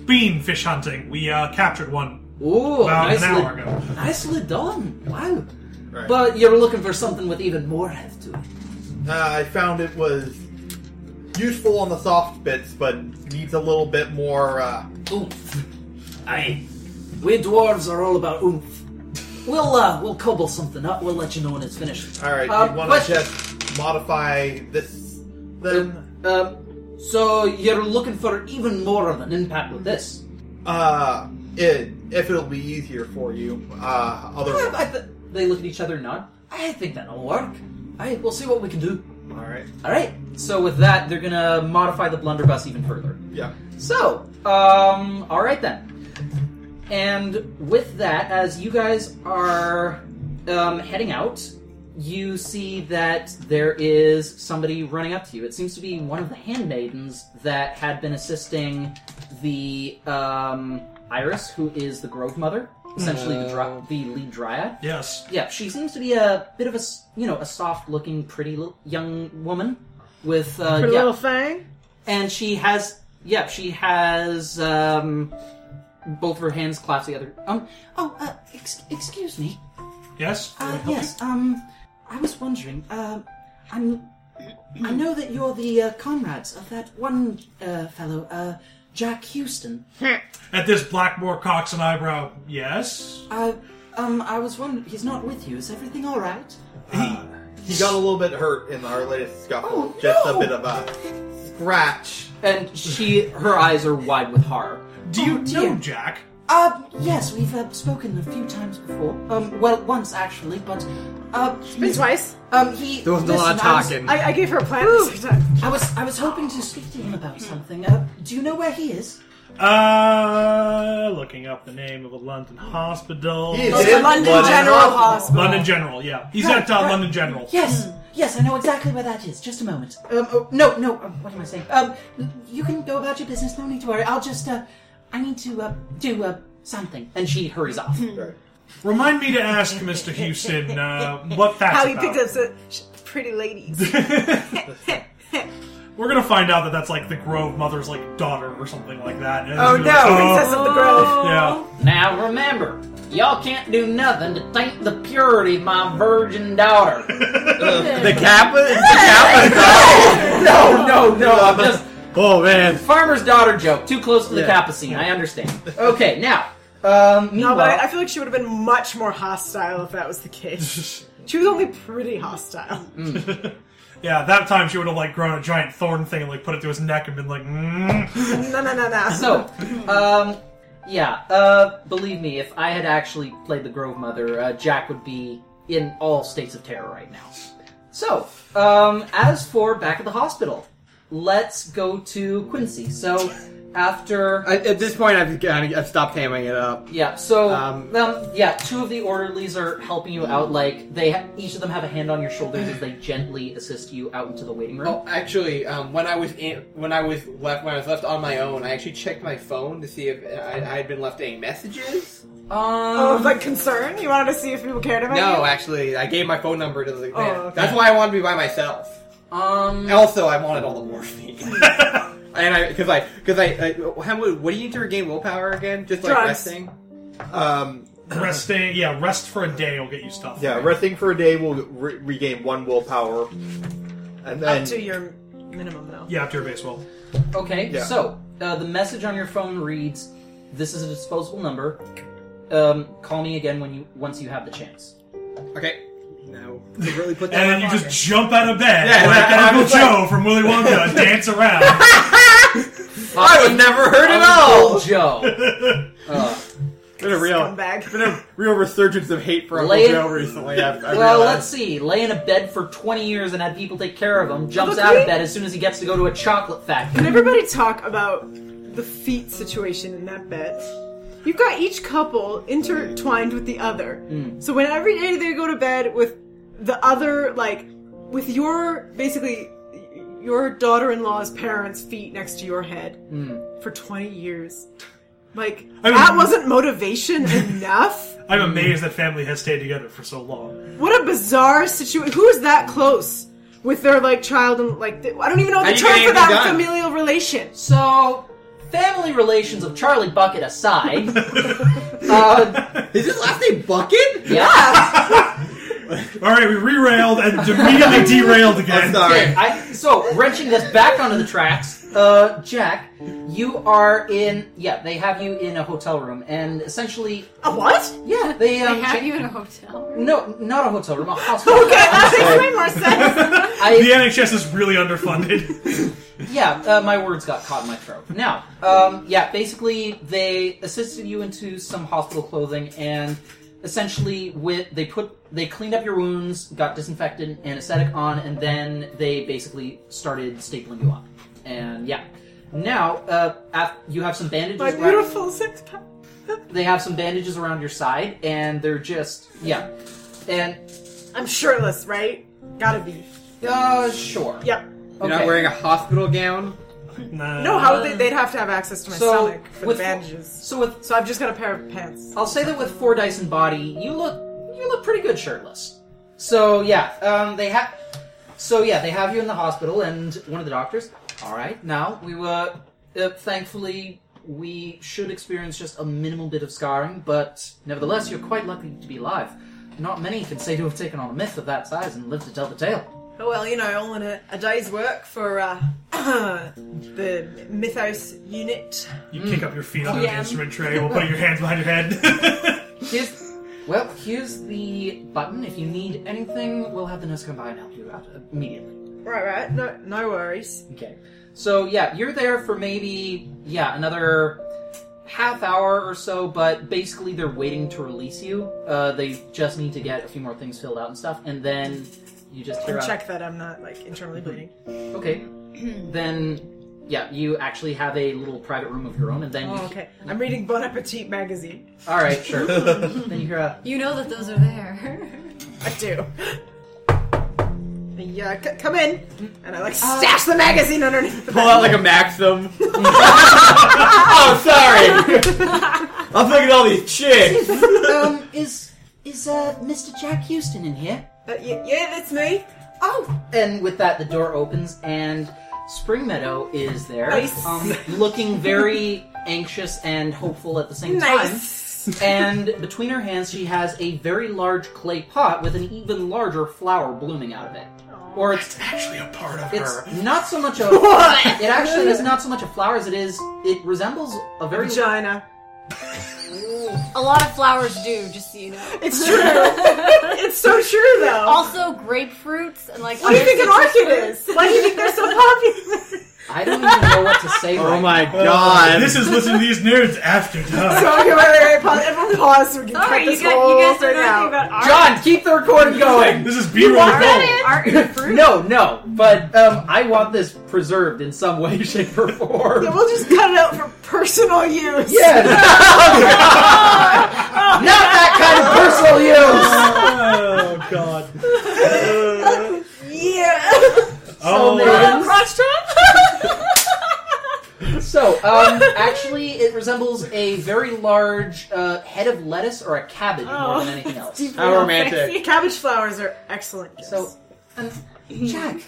D: Bean fish hunting. We uh, captured one
A: Ooh,
D: about
A: nicely,
D: an hour ago.
A: nicely done. Wow.
H: Right.
A: But you're looking for something with even more heft to it.
H: Uh, I found it was useful on the soft bits, but needs a little bit more. Uh,
A: oomph. Aye. We dwarves are all about oomph. We'll uh, we'll cobble something up. We'll let you know when it's finished.
H: All right,
A: Um,
H: you want to
A: question.
H: just modify this then?
A: Um, so you're looking for even more of an impact with this.
H: Uh, it, if it'll be easier for you. Uh,
A: Yeah,
H: other.
A: I th- they look at each other and nod. I think that'll work. All right, we'll see what we can do.
H: All right.
A: All right. So with that, they're gonna modify the blunderbuss even further.
H: Yeah.
A: So, um, all right then. And with that, as you guys are um, heading out, you see that there is somebody running up to you. It seems to be one of the handmaidens that had been assisting the um, Iris, who is the Grove Mother, essentially the, dry- the lead dryad.
D: Yes.
A: Yeah, she seems to be a bit of a s- you know a soft-looking, pretty little young woman with uh,
G: For
A: yeah,
G: little thing.
A: and she has yeah she has um both of her hands clasped together um oh uh ex- excuse me
D: Yes.
A: uh yes um i was wondering um i'm i know that you're the uh, comrades of that one uh fellow uh jack houston
D: At this, Blackmore cocks an eyebrow. Yes.
A: uh um i was wondering he's not with you is everything all right
H: He got a little bit hurt in our latest scuffle.
A: Oh,
H: just
A: no.
H: a bit of a scratch.
A: and she her eyes are wide with horror
D: Do you
A: Oh, dear.
D: know Jack?
A: Uh, yes, we've uh, spoken a few times before. Um, well, once actually, but uh,
G: Been twice.
A: Um, he.
B: There wasn't a lot of
A: listen, I was-
B: talking.
G: I, I gave her a plan this time.
A: I was, I was, hoping to speak to him about something. Uh, do you know where he is?
D: Uh, looking up the name of a London hospital.
H: He is
G: It's
H: in
G: the London
H: London
G: General
H: Hospital.
D: London General, yeah. He's
A: Right,
D: at uh,
A: right.
D: London General.
A: Yes, yes, I know exactly where that is. Just a moment. Hmm. Um, oh, no, no. Um, what am I saying? Um, you can go about your business. No need to worry. I'll just, uh, I need to uh, do uh, something. And she hurries off.
H: Right.
D: Remind me to ask Mr. Houston uh, what that's
G: How he
D: about.
G: picked up the sh- pretty ladies.
D: We're gonna find out that that's like the Grove Mother's like daughter or something like that. And
G: Oh
D: it's
G: no,
D: gonna be like,
G: Princess of the Grove.
D: oh, Yeah.
A: Now remember, y'all can't do nothing to taint the purity of my virgin daughter.
B: The Kappa? It's the Kappa?
A: no, no, no. I'm just.
B: Oh, man.
A: Farmer's daughter joke. Too close to the
B: Yeah.
A: Kappa scene. I understand. Okay, now. Um,
G: No,
A: meanwhile,
G: but I, I feel like she would have been much more hostile if that was the case. she was only pretty hostile.
D: Yeah, that time she would have like grown a giant thorn thing and like put it to his neck and been like, mm.
G: No, no, no, no.
A: so, um, yeah. Uh, believe me, if I had actually played the Grove Mother, uh, Jack would be in all states of terror right now. So, um, as for back at the hospital, let's go to Quincy. So, after
B: I, at this point, I've, kinda- I've stopped hamming it up.
A: Yeah. So, um,
B: Um,
A: yeah, two of the orderlies are helping you out. Like they, ha- each of them have a hand on your shoulders as they gently assist you out into the waiting room.
F: Oh, actually, um, when I was in, when I was left when I was left on my own, I actually checked my phone to see if I, I had been left any messages.
G: Oh,
A: Um,
G: like concern? You wanted to see if people cared about you?
F: No, actually, I gave my phone number to the man.
G: okay.
F: That's why I wanted to be by myself.
A: um,
F: Also, I wanted all the morphine. and I, because I, because I, I how, mu- what do you need to regain willpower again? Just like
G: Drugs.
F: resting.
H: Um,
D: resting. Yeah, rest for a day will get you stuff.
H: yeah, resting for a day will re- regain one willpower. And then.
G: Up to your minimum, though.
D: Yeah, after your base roll.
A: okay.
H: Yeah.
A: So uh, the message on your phone reads, "This is a disposable number. Um, call me again when you once you have the chance."
F: Okay. No. To really put that.
D: And then
F: in
D: you
F: my
D: just
F: pocket.
D: jump out of bed
F: Yeah,
D: like
F: and I- I
D: Uncle
F: was like-
D: Joe from Willy Wonka and dance around.
B: I was never hurt at
A: Uncle
B: all!
A: Joe. Uh,
B: Been a real,
G: Scumbag.
B: been a real resurgence of hate for Uncle
A: Lay it-
B: Joe recently. I've, I've
A: well, let's
B: realized.
A: see. Lay in a bed for 20 years and had people take care of him. Jumps
G: Look,
A: out of
G: we-
A: bed as soon as he gets to go to a chocolate factory.
G: Can everybody talk about the feet situation in that bed? You've got each couple intertwined with the other.
F: Mm.
G: So when every day they go to bed with the other, like, with your, basically, your daughter in law's parents' feet next to your head
F: Mm.
G: for 20 years. Like,
D: I mean-
G: that wasn't motivation enough?
D: I'm amazed that family has stayed together for so long.
G: What a bizarre situation. Who is that close with their like child and like th- I don't even know the
F: you
G: term
F: getting
G: for that
F: anything done?
G: familial relation.
A: So, family relations of Charlie Bucket aside, uh,
F: Is his last name Bucket?
A: yeah.
D: All right, we rerailed and immediately derailed again.
H: I'm sorry.
A: I, so wrenching this back onto the tracks, uh, Jack, you are in. Yeah, they have you in a hotel room, and essentially,
G: A what?
A: yeah, they um,
E: They have
A: cha-
E: you in a hotel. room.
A: No, not a hotel room, a hospital.
G: Okay, that makes way more sense.
A: I,
D: The NHS is really underfunded.
A: Yeah, uh, my words got caught in my throat. Now, um, yeah, basically they assisted you into some hospital clothing and essentially with they put they cleaned up your wounds, got disinfectant, anesthetic on, and then they basically started stapling you up. And yeah, now uh, af- you have some bandages.
G: My
A: wrapped-
G: beautiful six pack.
A: they have some bandages around your side, and they're just yeah, and
G: I'm shirtless, right? Gotta be.
A: uh, sure.
G: Yep.
A: Okay.
F: You're not wearing a hospital gown?
D: nah.
G: No, how would they? They'd have to have access to my
A: So,
G: stomach for
A: with-
G: the bandages.
A: so with
G: So I've just got a pair of pants.
A: I'll say that with four dice and body, you look you look pretty good shirtless. So yeah, um, they have. So yeah, they have you in the hospital, and one of the doctors. All right, now we were. Uh, thankfully, we should experience just a minimal bit of scarring, but nevertheless, you're quite lucky to be alive. Not many can say to have taken on a myth of that size and lived to tell the tale.
G: Oh, well, you know, all in a, a day's work for uh, the Mythos unit.
D: You kick up your feet on
E: Yeah.
D: the instrument tray while putting your hands behind your head.
A: Here's, well, here's the button. If you need anything, we'll have the nurse come by and help you out immediately.
G: Right, right. No, no worries.
A: Okay. So yeah, you're there for maybe yeah another half hour or so, but basically they're waiting to release you. Uh, they just need to get a few more things filled out and stuff, and then you just hear
G: And
A: out-
G: check that I'm not like internally bleeding.
A: Okay. then yeah, you actually have a little private room of your own, and then you,
G: Oh, okay. I'm reading Bon Appetit magazine.
A: all right, sure. then you hear a
E: You know that those are there.
G: I do. Yeah, c- come in. And I like stash the magazine underneath the
F: Pull
G: bed.
F: out like a Maxim. oh, sorry. I'm thinking all these chicks.
A: um is is uh Mr. Jack Houston in here?
G: Uh, yeah, yeah, that's me.
A: Oh! And with that, the door opens, and Spring Meadow is there,
G: Nice.
A: um, looking very anxious and hopeful at the same time. And between her hands, she has a very large clay pot with an even larger flower blooming out of it. Or it's
D: actually a part of
A: it's
D: her.
A: not so much a it actually is not so much a flower as it is it resembles a very
G: Vagina.
E: A lot of flowers do, just so you know.
G: It's true. it's so true, though.
E: Also, grapefruits and like.
G: What do you
E: other
G: think an
E: citrus
G: orchid
E: fruits.
G: is? Why do you think they're so popular?
A: I don't even know what to say.
F: Oh
A: right
F: my god.
D: This is listen to these nerds after dark.
G: so okay, wait, wait, wait, pause. Everyone pause. So we can
E: Sorry,
G: cut
E: you,
G: this
E: got,
G: whole
E: you guys
G: thing
E: don't know anything
G: out.
E: about art.
A: John, keep the recording going.
D: This is B-roll gold.
E: Art and fruit.
A: No, no, but um, I want this preserved in some way, shape, or form.
G: Yeah, we'll just cut it out for personal use.
A: Yes! Not that kind of personal use!
D: Oh god.
G: Yeah.
D: Oh,
A: man.
G: Crotch top.
A: So, um, actually, it resembles a very large uh, head of lettuce or a cabbage more than anything else.
F: How romantic.
G: Cabbage flowers are excellent. gifts.
A: So, um, Jack,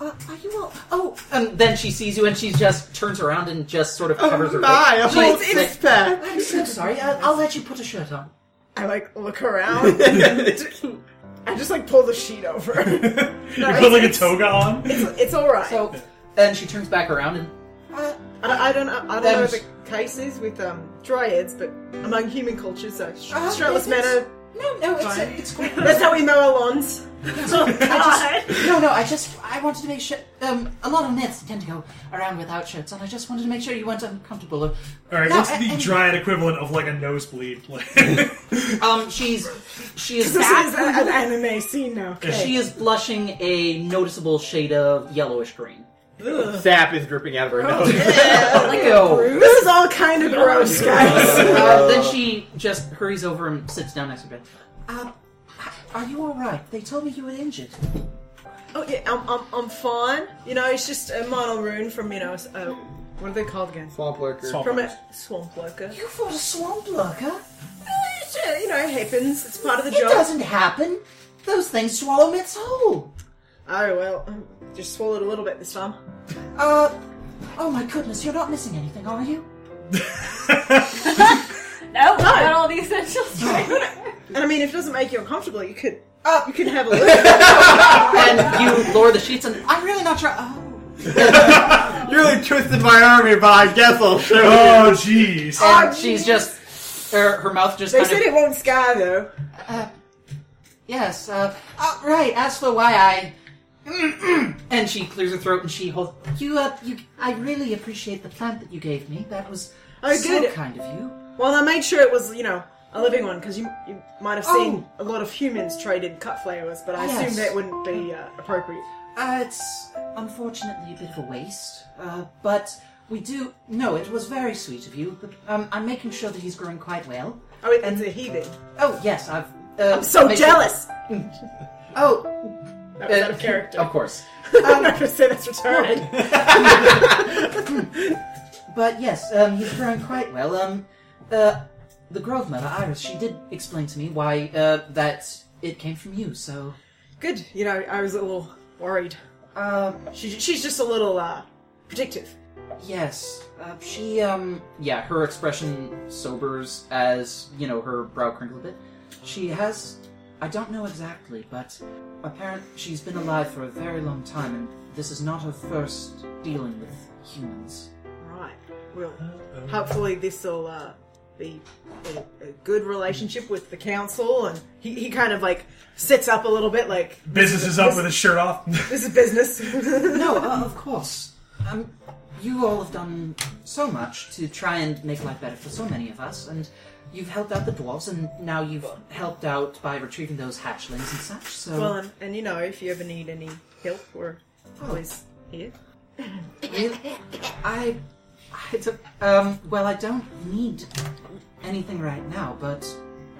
A: uh, are you all? Oh, and then she sees you and she just turns around and just sort of covers her
B: my, a
A: face.
B: whole
A: She's
B: six
A: like,
B: pack.
A: I'm so sorry. I- I'll let you put a shirt on.
G: I like look around. I just like pull the sheet over.
D: you put like a toga on?
G: It's, it's all right.
A: So, and she turns back around and Uh,
G: I, don't- I don't know. I don't know
A: Um,
G: what the case is with um, dryads, but among human cultures, so sh- shirtless men are.
A: No, no, it's
G: Fine.
A: it's great.
G: That's how we mow our lawns.
A: I just, no, no, I just I wanted to make sure. Um, a lot of myths tend to go around without shirts, and I just wanted to make sure you weren't uncomfortable. Or,
D: Alright,
A: No,
D: what's
A: I-
D: the
A: I-
D: dryad equivalent of like a nosebleed? Like,
A: um, she's she is
G: This is
A: back.
G: an, an anime scene now.
A: She is blushing a noticeable shade of yellowish green.
F: Sap is dripping out of her nose.
A: Ew.
G: This is all kind of gross, guys.
A: Uh, then she just hurries over and sits down next to her bed. Uh, are you all right? They told me you were injured.
G: oh yeah, I'm, I'm, I'm fine. You know, it's just a mono rune from you know, s- uh, what are they called again?
F: Swamp lurker.
G: From a swamp lurker.
A: You fought a swamp lurker.
G: Yeah, you know, it happens. It's part of the
A: It
G: job.
A: doesn't happen. Those things swallow myths whole.
G: Oh well, um, just swallowed a little bit this time.
A: Uh, oh my goodness, you're not missing anything, are you?
E: No, got all the essentials.
G: And I mean, if it doesn't make you uncomfortable, Oh. you could. you could have a little.
A: and you lower the sheets, and I'm really not sure. Oh,
J: really twisted my arm here, but I guess I'll show
D: Oh, jeez.
I: And she's just. Her, her mouth just
G: They
I: kind
G: said
I: of.
G: it won't sky though.
I: Yes, uh, uh, right, as for why I. and she clears her throat and she holds. You, uh, you. I really appreciate the plant that you gave me. That was
G: Oh,
I: so
G: good.
I: kind of you.
G: Well, I made sure it was you know a living one because you you might have seen
I: Oh.
G: a lot of humans traded cut flowers, but I
I: Yes.
G: assume that wouldn't be uh, appropriate.
I: Uh, it's unfortunately a bit of a waste, uh, but we do. No, it was very sweet of you. But um, I'm making sure that he's growing quite well.
G: Oh, it, it's a heathen.
I: Oh yes, I've. Uh,
G: I'm so
I: made sure-
G: jealous.
I: Oh,
G: That was out of
I: uh,
G: character.
I: Of course.
G: I'm not gonna say that's retarded.
I: But yes, um, he's growing quite well. Um, uh, the Grove Mother Iris, she did explain to me why uh, that it came from you. So,
G: Good. You know, I was a little worried.
I: uh,
G: She, she's just a little uh, predictive.
I: yes, uh, she um, yeah, her expression sobers as you know her brow crinkles a bit. She has, I don't know exactly, but apparent she's been alive for a very long time, and this is not her first dealing with humans.
G: Right. Well, hopefully this will uh, be a, a good relationship with the council, and he, he kind of like sits up a little bit, like
D: Business is up with his shirt off.
G: this is business.
I: No, uh, of course. Um, you all have done so much to try and make life better for so many of us, and you've helped out the dwarves, and now you've helped out by retrieving those hatchlings and such. So,
G: well, and, and you know, if you ever need any help, we're always here.
I: Really? I, I don't- um, well, I don't need anything right now, but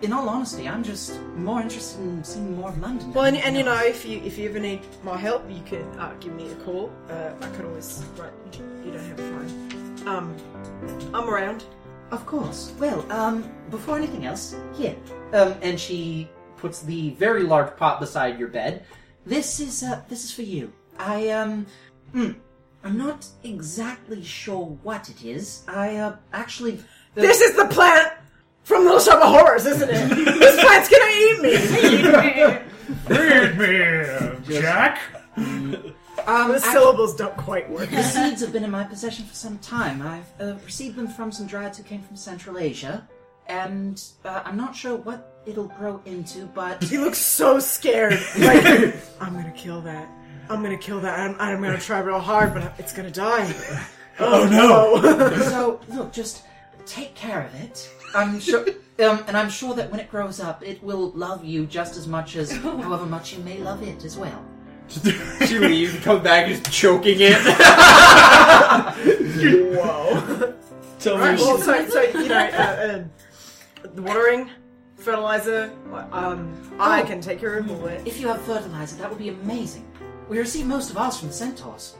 I: in all honesty, I'm just more interested in seeing more of London. than
G: Well, and,
I: anything
G: and you know,
I: else.
G: if you if you ever need my help, you can uh, give me a call. Uh, I could always right. You don't have a phone. Um, I'm around.
I: Of course. Well, um, before anything else, here. Um, and she puts the very large pot beside your bed. This is, uh, this is for you. I, um, mm, I'm not exactly sure what it is. I, uh, actually...
G: This is the plant from Little Shop of Horrors, isn't it? this plant's gonna eat me.
D: Read me, Jack.
G: Um, The syllables don't quite work.
I: The seeds have been in my possession for some time. I've uh, received them from some dryads who came from Central Asia, and uh, I'm not sure what it'll grow into, but
G: He looks so scared. Like, I'm gonna kill that. I'm gonna kill that. I'm, I'm gonna try real hard, but it's gonna die.
D: Oh no.
I: so look, just take care of it. I'm sure, um, and I'm sure that when it grows up, it will love you just as much as however much you may love it as well.
F: it. She leaves, comes back, just choking it.
J: Tell
G: Alright, well, so, so you know, uh, uh, the watering, fertilizer, um, I
I: Oh.
G: can take care of all that.
I: If you have fertilizer, that would be amazing. We receive most of ours from centaurs.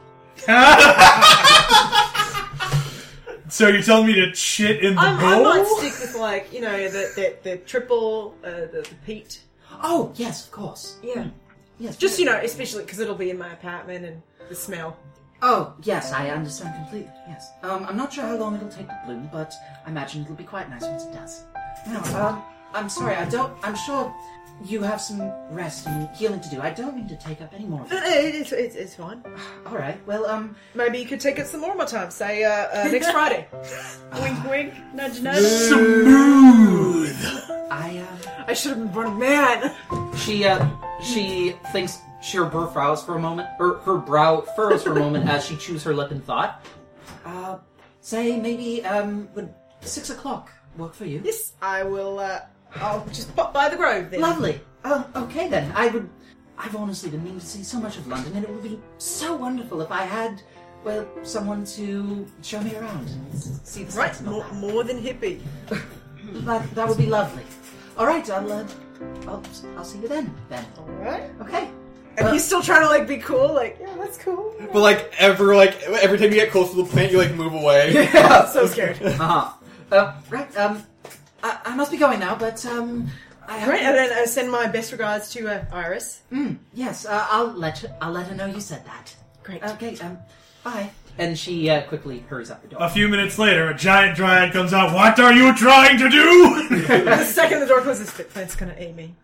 D: So you're telling me to shit in the
G: I'm, I
D: bowl?
G: might stick with like you know the the, the triple uh, the, the peat.
I: Oh yes, of course.
G: Yeah,
I: Yes,
G: just you know, especially because it'll be in my apartment and the smell.
I: Oh, yes, I understand completely. Yes. Um, I'm not sure how long it'll take to bloom, but I imagine it'll be quite nice once it does. Now, um, I'm sorry, I don't. I'm sure you have some rest and healing to do. I don't mean to take up any more of
G: No,
I: it.
G: no, uh, it- It's, it's, it's fine.
I: Alright, well, um,
G: Maybe you could take it some more my time. Say uh, uh, next Friday.
E: wink, wink, nudge, nudge.
I: I, uh.
G: I should have been running man.
I: She, uh, she thinks. She, her brow furrows for a moment, or her brow furrows for a moment as she chews her lip in thought. Uh, say maybe, um, would six o'clock work for you?
G: Yes, I will. Uh, I'll just pop by the Grove then.
I: Lovely. Oh, okay then. I would. I've honestly been meaning to see so much of London, and it would be so wonderful if I had, well, someone to show me around and see the
G: Right,
I: sights and all
G: more, more than hippie.
I: that. that. That would be lovely. All right, I'll. Uh, I'll, I'll see you then. Then.
G: All right.
I: Okay.
G: And he's still trying to like be cool. Like, yeah, that's cool.
F: But like ever, like every time you get close to the plant, you like move away.
G: I'm so scared.
I: Uh-huh. Uh, right. Um, I, I must be going now, but um, I
G: All right, and then uh, send my best regards to uh, Iris.
I: Yes, uh, I'll let her, I'll let her know you said that.
G: Great.
I: Okay. Um, bye. And she uh, quickly hurries up the door.
D: A few minutes later, a giant dryad comes out. What are you trying to do?
G: the second the door closes, the plant's gonna eat me.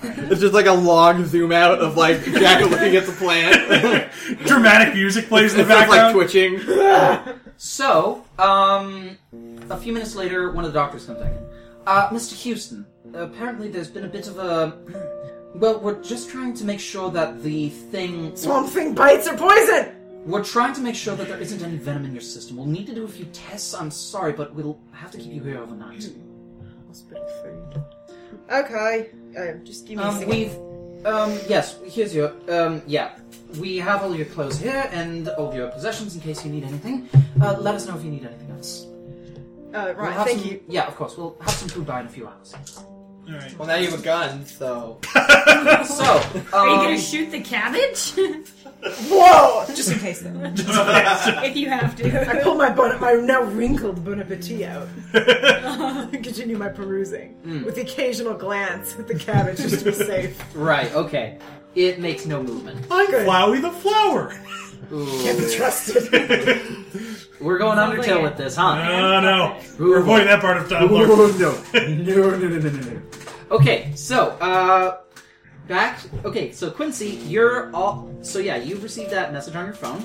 F: It's just like a long zoom out of like Jack looking at the plant.
D: Dramatic music plays in the
F: It's just, like
D: background.
F: twitching.
A: So, um, a few minutes later, one of the doctors comes back in. Uh, Mr. Houston, apparently there's been a bit of a. Well, we're just trying to make sure that the thing.
G: Swamp Thing bites are poison!
A: We're trying to make sure that there isn't any venom in your system. We'll need to do a few tests, I'm sorry, but we'll have to keep you here overnight.
G: Okay. Um, just give me a
A: Um,
G: second.
A: we've. Um, yes, here's your. Um, yeah. We have all your clothes here and all your possessions in case you need anything. Uh, let us know if you need anything else.
G: Uh,
A: We'll
G: right,
A: have
G: thank
A: some-
G: you.
A: Yeah, of course. We'll have some food by in a few hours.
D: Alright.
F: Well, now you have a gun, so
A: So,
E: Are you gonna
A: um,
E: shoot the cabbage?
G: Whoa! Just in case, though.
E: if you have
G: I
E: to.
G: pulled my bon- my now wrinkled Bon Appetit out. and Continue my perusing with the occasional glance at the cabbage just to be safe.
A: right, okay. It makes no movement.
D: I'm
G: Good.
D: Flowey the Flower.
G: Can't be trusted.
A: We're going
E: Sounds
A: Undertale
E: like
A: with
E: it.
A: this, huh?
D: No, no. We're avoiding that part of Time Lord.
H: no, no, no, no, no, no.
A: Okay, so, uh, back. Okay, so Quincy, you're all. So, yeah, you've received that message on your phone.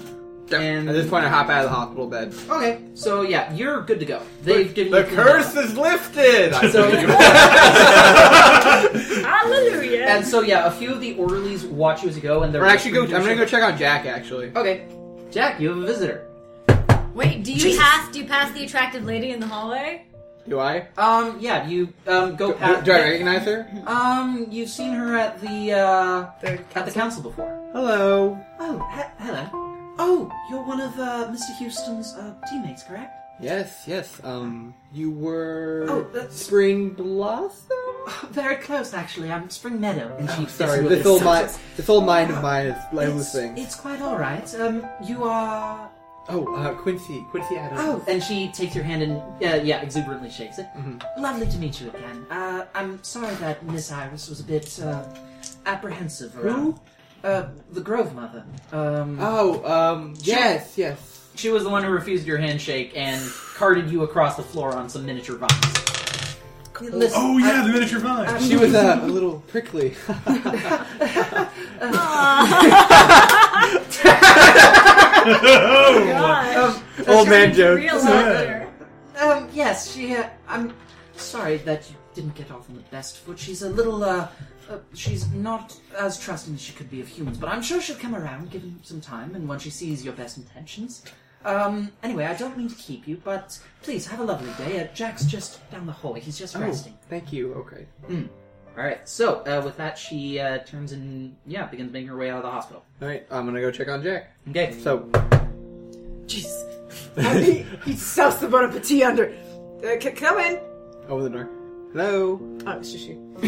A: And-
F: at this point I hop out of the hospital bed.
A: Okay, so yeah, you're good to go. They've given
F: The
A: you clean bill.
F: curse is lifted. I
A: So-
F: believe.
E: Hallelujah.
A: And so yeah, a few of the orderlies watch you as you go, and they're
F: Or actually, go. I'm
A: whispering
F: gonna
A: to
F: go
A: each
F: check on Jack. Actually,
A: other. Okay, Jack, you have a visitor.
E: Wait, do you pass? Do you pass the attractive lady in the hallway?
F: do I?
A: Um, yeah, you um go
F: Do,
A: past.
F: do I recognize her?
A: Um, you've seen her at the uh at the council before.
F: Hello.
A: Oh, he- hello. Oh, you're one of uh, Mr. Houston's uh, teammates, correct?
F: Yes, yes. Um, you were
A: Oh, that's-
F: Spring Blossom.
A: Very close, actually. I'm Spring Meadow, Oh, and she.
F: Sorry,
A: this
F: this old mind, this old mind of mine is losing.
A: It's, it's quite all right. Um, you are.
F: Oh, uh, Quincy, Quincy Adams.
A: Oh, and she takes your hand and uh, yeah, exuberantly shakes it. Lovely to meet you again. Uh, I'm sorry that Miss Iris was a bit uh, apprehensive around. Uh, the Grove Mother. Um,
F: Oh, um, yes, yes.
A: she was the one who refused your handshake and carted you across the floor on some miniature vines. Listen,
D: Oh yeah,
A: I-
D: the miniature vine.
F: She was uh, a little prickly.
E: Gosh.
F: old man joke.
E: Real laughter.
A: Um, yes, she. Uh, I'm sorry that you didn't get off on the best foot. She's a little. Uh, uh, she's not as trusting as she could be of humans, but I'm sure she'll come around, given some time, and when she sees your best intentions. Um, anyway, I don't mean to keep you, but please have a lovely day. Uh, Jack's just down the hallway. He's just resting.
F: Thank you. Okay.
A: All right. So uh, with that, she uh, turns and yeah, begins making her way out of the hospital.
F: All right, I'm gonna go check on Jack.
A: Okay.
F: So,
G: Jeez. I mean, he, he soused the Bon Appetit under. Uh, c- come in.
F: open the door. Hello.
G: Oh, it's just you. he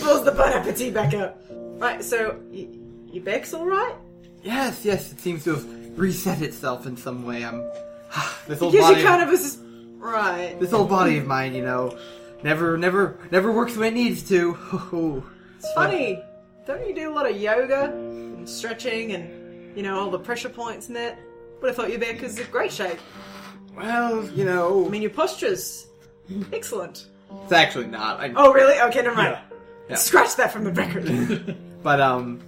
G: pulls the Bon Appetit back up. Right, so y you back's all right?
F: Yes, yes. It seems to have reset itself in some way. I'm. this old
G: Gives
F: body.
G: you kind of a sus- right.
F: This old body of mine, you know, never, never, never works when it needs to.
G: It's funny. Don't you do a lot of yoga and stretching and you know all the pressure points and that? But I thought your back is in great shape.
F: well, you
G: I
F: know,
G: mean, your posture's excellent.
F: it's actually not. I,
G: Oh, really? Okay, never mind.
D: Yeah.
F: Yeah.
G: Scratch that from the record.
F: But um,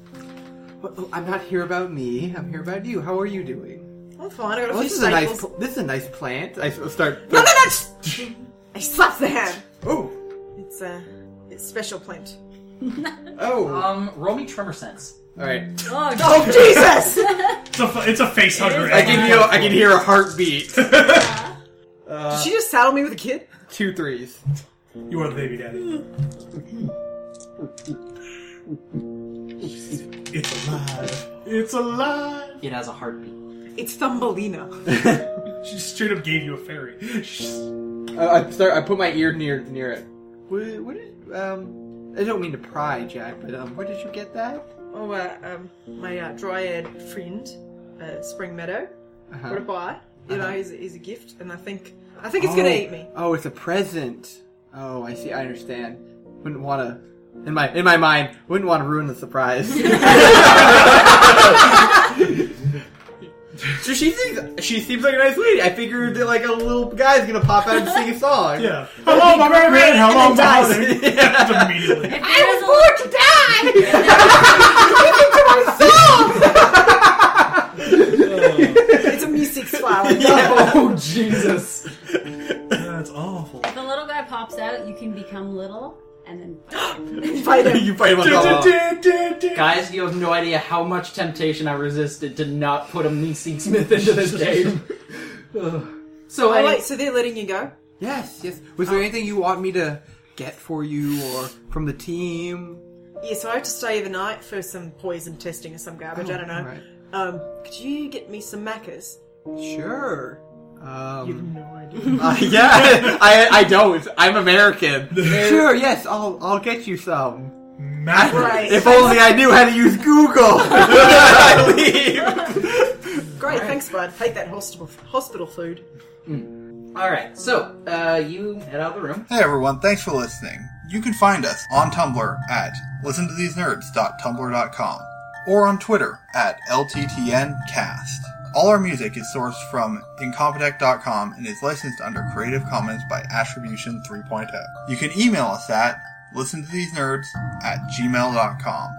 F: well, I'm not here about me. I'm here about you. How are you doing?
G: I'm fine. I got a
F: Well,
G: few
F: this is a nice.
G: staples.
F: Pl- this is a nice plant. I s- start.
G: No, no, no! shh! I slapped the hand.
F: Oh,
G: It's a uh, it's special plant.
F: oh.
A: Um, roll me tremor sense.
F: All right.
E: Oh,
G: Oh Jesus!
D: It's a, fu- it's a face hugger.
F: I can hear. I can hear a heartbeat. Uh.
G: Did she just saddle me with a kid?
F: Two threes.
D: You are the baby daddy. It's alive. It's alive.
A: It has a heartbeat.
G: It's Thumbelina.
D: She just straight up gave you a fairy. She's-
F: Uh, I, I start. I put my ear near near it. What, what did, um? I don't mean to pry, Jack, but um, where did you get that?
G: Oh, uh, um, my uh, dryad friend, uh, Spring Meadow.
F: Uh-huh.
G: What a buy! You know, he's, he's a gift, and I think I think it's gonna
F: Oh.
G: eat me.
F: Oh, it's a present. Oh, I see. I understand. Wouldn't want to. In my in my mind, wouldn't want to ruin the surprise.
K: So she thinks she seems like a nice lady. I figured that like a little guy's gonna pop out and sing a song.
D: Yeah. Hello, my merry man. Hello, my honey. Immediately.
E: I was born to die!
G: It's a me six flower.
A: Oh Jesus!
D: That's awful.
E: if a little guy pops out, you can become little and then.
G: Fight him.
K: You fight him on the
A: Guys, you have no idea how much temptation I resisted to not put a Meeseek Smith into this game. Ugh. so,
G: Oh,
A: any-
G: wait, so they're letting you go?
F: Yes, yes. Was
G: Oh.
F: there anything you want me to get for you or from the team?
G: Yeah, so I have to stay overnight for some poison testing or some
F: Oh,
G: garbage. I don't know.
F: Alright.
G: Um, could you get me some macas?
F: Sure. Um,
G: No idea.
F: uh, yeah,
K: I I don't. I'm American.
F: sure. Yes, I'll I'll get you some.
D: Macro.
G: Great.
F: If only I knew how to use Google. I leave.
G: Great, thanks, bud. Hate that hospital hospital food.
A: all right. So, uh, you head out of the room.
H: Hey everyone, thanks for listening. You can find us on Tumblr at listentothesenerds.tumblr.com or on Twitter at LTTNcast. All our music is sourced from incompetech.com and is licensed under Creative Commons by oh. Attribution 3.0. You can email us at listentothesenerds at gmail.com.